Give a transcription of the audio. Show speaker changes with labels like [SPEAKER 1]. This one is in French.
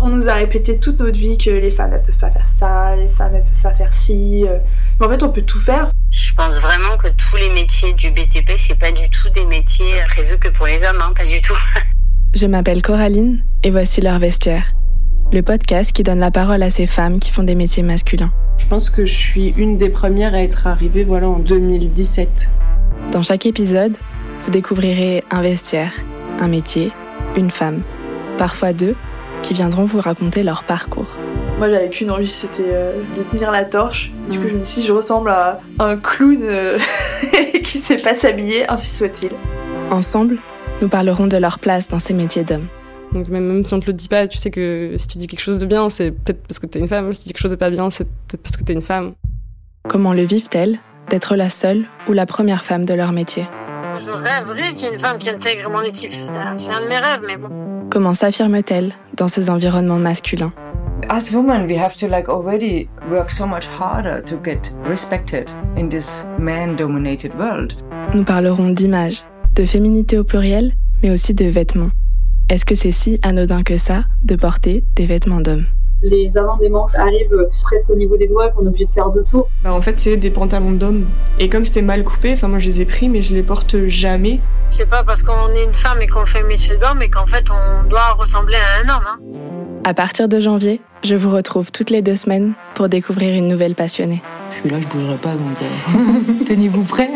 [SPEAKER 1] on nous a répété toute notre vie que les femmes elles peuvent pas faire ça, les femmes elles peuvent pas faire ci. euh. Mais en fait, on peut tout faire.
[SPEAKER 2] Je pense vraiment que tous les métiers du BTP, c'est pas du tout des métiers prévus que pour les hommes, hein, pas du tout.
[SPEAKER 3] Je m'appelle Coraline et voici leur vestiaire. Le podcast qui donne la parole à ces femmes qui font des métiers masculins.
[SPEAKER 4] Je pense que je suis une des premières à être arrivée voilà, en 2017.
[SPEAKER 3] Dans chaque épisode, vous découvrirez un vestiaire, un métier, une femme, parfois deux, qui viendront vous raconter leur parcours.
[SPEAKER 1] Moi, j'avais qu'une envie, c'était euh, de tenir la torche. Du coup,
[SPEAKER 4] Mm.
[SPEAKER 1] je me suis dit, je ressemble à un clown euh, qui sait pas s'habiller, ainsi soit-il.
[SPEAKER 3] Ensemble, nous parlerons de leur place dans ces métiers d'hommes.
[SPEAKER 5] Donc même, même si on te le dit pas, tu sais que si tu dis quelque chose de bien, c'est peut-être parce que t'es une femme. Si tu dis quelque chose de pas bien, c'est peut-être parce que t'es une femme.
[SPEAKER 3] Comment le vivent-elles d'être la seule ou la première femme de leur métier
[SPEAKER 2] Je rêverais qu'il y ait une femme qui intègre mon équipe. C'est un de mes rêves, mais bon.
[SPEAKER 3] Comment s'affirment-elles dans ces environnements masculins
[SPEAKER 6] as women we have to like already work so much harder to get respected in this man dominated world
[SPEAKER 3] Nous parlerons d'images, de féminité au pluriel, mais aussi de vêtements. Est-ce que c'est si anodin que ça de porter des vêtements d'hommes
[SPEAKER 7] les avant-des manches arrivent presque au niveau des doigts et qu'on est obligé de faire deux tours.
[SPEAKER 8] Bah en fait c'est des pantalons d'hommes. Et comme c'était mal coupé, enfin moi je les ai pris mais je les porte jamais.
[SPEAKER 2] C'est pas parce qu'on est une femme et qu'on fait métier d'homme et qu'en fait on doit ressembler à un homme. Hein.
[SPEAKER 3] À partir de janvier, je vous retrouve toutes les deux semaines pour découvrir une nouvelle passionnée.
[SPEAKER 9] Je suis là, je bougerai pas, donc euh, tenez-vous prêts.